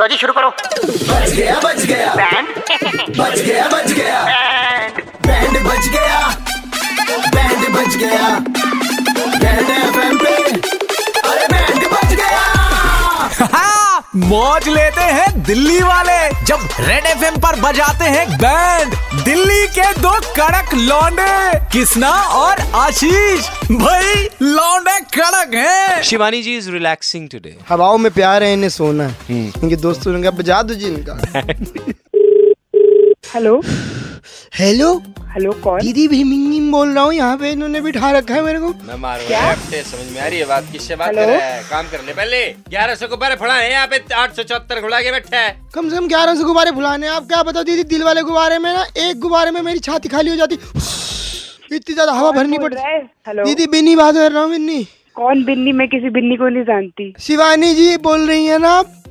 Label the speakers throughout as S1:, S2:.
S1: लो जी शुरू करो
S2: बच गया बच गया
S1: बैंड
S2: बच गया बच गया बैंड बच गया बैंड बच गया बैंड एफएम पे अरे बैंड बच गया
S3: हाँ, मौज लेते हैं दिल्ली वाले जब रेड एफ पर बजाते हैं बैंड दिल्ली के दो कड़क लौंडे किसना और आशीष भाई लौंडे कड़क हैं
S4: Shivani ji is relaxing today.
S5: हवाओं में प्यार है इन्हें सोना है इनके दोस्तों ने कहा बजा दो जी इनका
S6: हेलो
S5: हेलो
S6: हेलो कौन
S5: दीदी भी मिंगिम बोल रहा हूँ यहाँ पे इन्होंने बिठा रखा है मेरे को
S7: मैं मारू लेफ्ट समझ में आ रही है बात किससे बात कर
S6: Hello?
S7: रहा है काम करने पहले ग्यारह सौ गुब्बारे फड़ा है यहाँ पे आठ सौ चौहत्तर घुला के बैठा है
S5: कम से कम ग्यारह सौ गुब्बारे फुलाने हैं। आप क्या बताओ दीदी दिल वाले गुब्बारे में ना एक गुब्बारे में मेरी छाती खाली हो जाती इतनी ज्यादा हवा हाँ, भरनी
S6: बोल
S5: पड़ती
S6: रहा है तो। हेलो
S5: दीदी बिन्नी बात कर रहा हूँ बिन्नी
S6: कौन बिन्नी मैं किसी बिन्नी को नहीं जानती
S5: शिवानी जी बोल रही है ना आप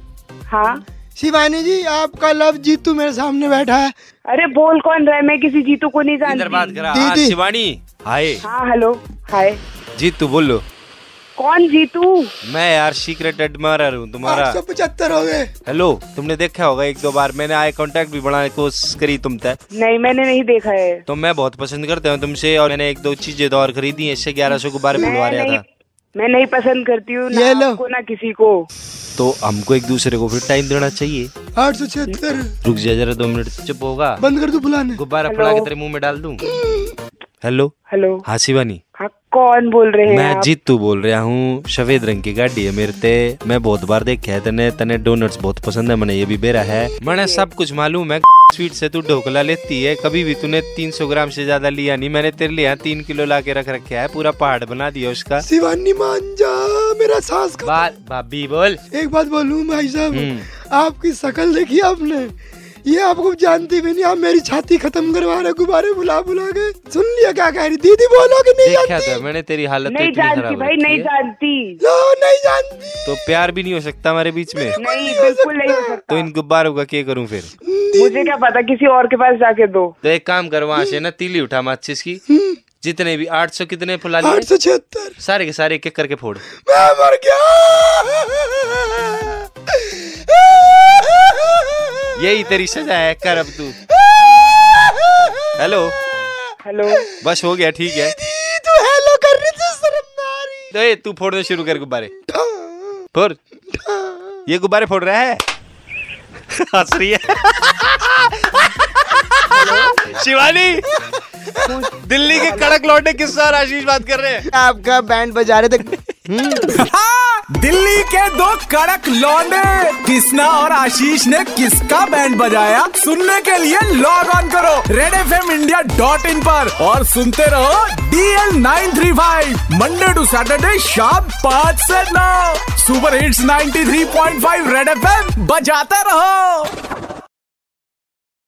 S6: हाँ
S5: शिवानी जी आपका लव जीतू मेरे सामने बैठा है
S6: अरे बोल कौन रहा है मैं किसी जीतू को नहीं
S7: इधर बात
S6: जानती
S7: करा
S5: दीदी।
S7: हाँ, शिवानी हाय
S6: हाँ हेलो हाय
S7: जीत तू बोलो
S6: कौन जीतू
S7: मैं यार सीक्रेट एडमायर हूँ तुम्हारा
S5: आठ सौ पचहत्तर हो गए
S7: हेलो तुमने देखा होगा एक दो बार मैंने आई कांटेक्ट भी बनाने की कोशिश करी तुम तक
S6: नहीं मैंने नहीं देखा है
S7: तो मैं बहुत पसंद करता हूँ तुमसे और मैंने एक दो चीजें तो और खरीदी हैं, इससे ग्यारह सौ गुब्बारे
S6: मैं
S7: बुलवा रहा
S6: नहीं
S7: था
S6: मैं नहीं पसंद करती हूँ ना
S5: ये लो।
S6: आपको ना किसी को
S7: तो हमको एक दूसरे को फिर टाइम देना चाहिए
S5: आठ सौ छिहत्तर
S7: रुक जा जरा दो मिनट चुप होगा
S5: बंद कर दो बुलाने
S7: गुब्बारा
S6: Hello?
S7: फड़ा के तेरे मुंह में डाल दूं हेलो
S6: हेलो
S7: हाँ शिवानी
S6: हाँ कौन बोल रहे हैं
S7: मैं
S6: आप
S7: जीतू बोल रहा हूँ सफेद रंग की गाड़ी है मेरे ते मैं बहुत बार देखा है तने तने डोनट्स बहुत पसंद है मैंने ये भी बेरा है मैंने सब कुछ मालूम है स्वीट से तू ढोकला लेती है कभी भी तूने 300 ग्राम से ज्यादा लिया नहीं मैंने तेरे लिए यहाँ तीन किलो ला के रख रखा है पूरा पहाड़ बना दिया उसका
S5: शिवानी मान जा मेरा सांस का
S7: बात भाभी बोल
S5: एक बात बोलूं भाई
S7: हम्म।
S5: साहब आपकी शक्ल देखी आपने ये आपको जानती भी नहीं आप मेरी छाती खत्म करवा रहे गुब्बारे बुला बुला के सुन लिया क्या कह रही दीदी बोलो कि नहीं
S7: देखा
S5: जानती
S7: था मैंने तेरी हालत तो
S6: नहीं
S7: इतनी
S6: जानती
S7: खराब
S6: भाई
S7: रखी
S6: नहीं
S7: है।
S6: जानती
S5: लो नहीं जानती
S7: तो प्यार भी नहीं हो सकता हमारे बीच में
S6: नहीं बिल्कुल नहीं हो सकता
S7: तो इन गुब्बारों का क्या करूँ फिर
S6: मुझे क्या पता किसी और के पास जाके दो
S7: तो एक काम कर वहाँ से ना तीली उठा माचिस की जितने भी 800 कितने फुला
S5: आठ
S7: लिए
S5: सौ छिहत्तर
S7: सारे के सारे एक एक करके फोड़
S5: मैं मर गया
S7: यही तेरी सजा है कर अब तू हेलो
S6: हेलो
S7: बस हो गया ठीक है
S5: दीदी, तू हेलो तो कर रही थी शर्म ना आ रही
S7: तो ए तू फोड़ने शुरू कर गुब्बारे फोड़ ये गुब्बारे फोड़ रहा है हंस रही है शिवानी दिल्ली के कड़क लौटे किस सर आशीष बात कर रहे हैं
S5: आपका बैंड बजा रहे थे
S3: हाँ, दिल्ली के दो कड़क लौंडे किसना और आशीष ने किसका बैंड बजाया सुनने के लिए लॉग ऑन करो Red F M India dot in पर और सुनते रहो DL nine three five Monday to Saturday शाम पाँच से नौ super hits 93.5 three point five Red F M बजाते रहो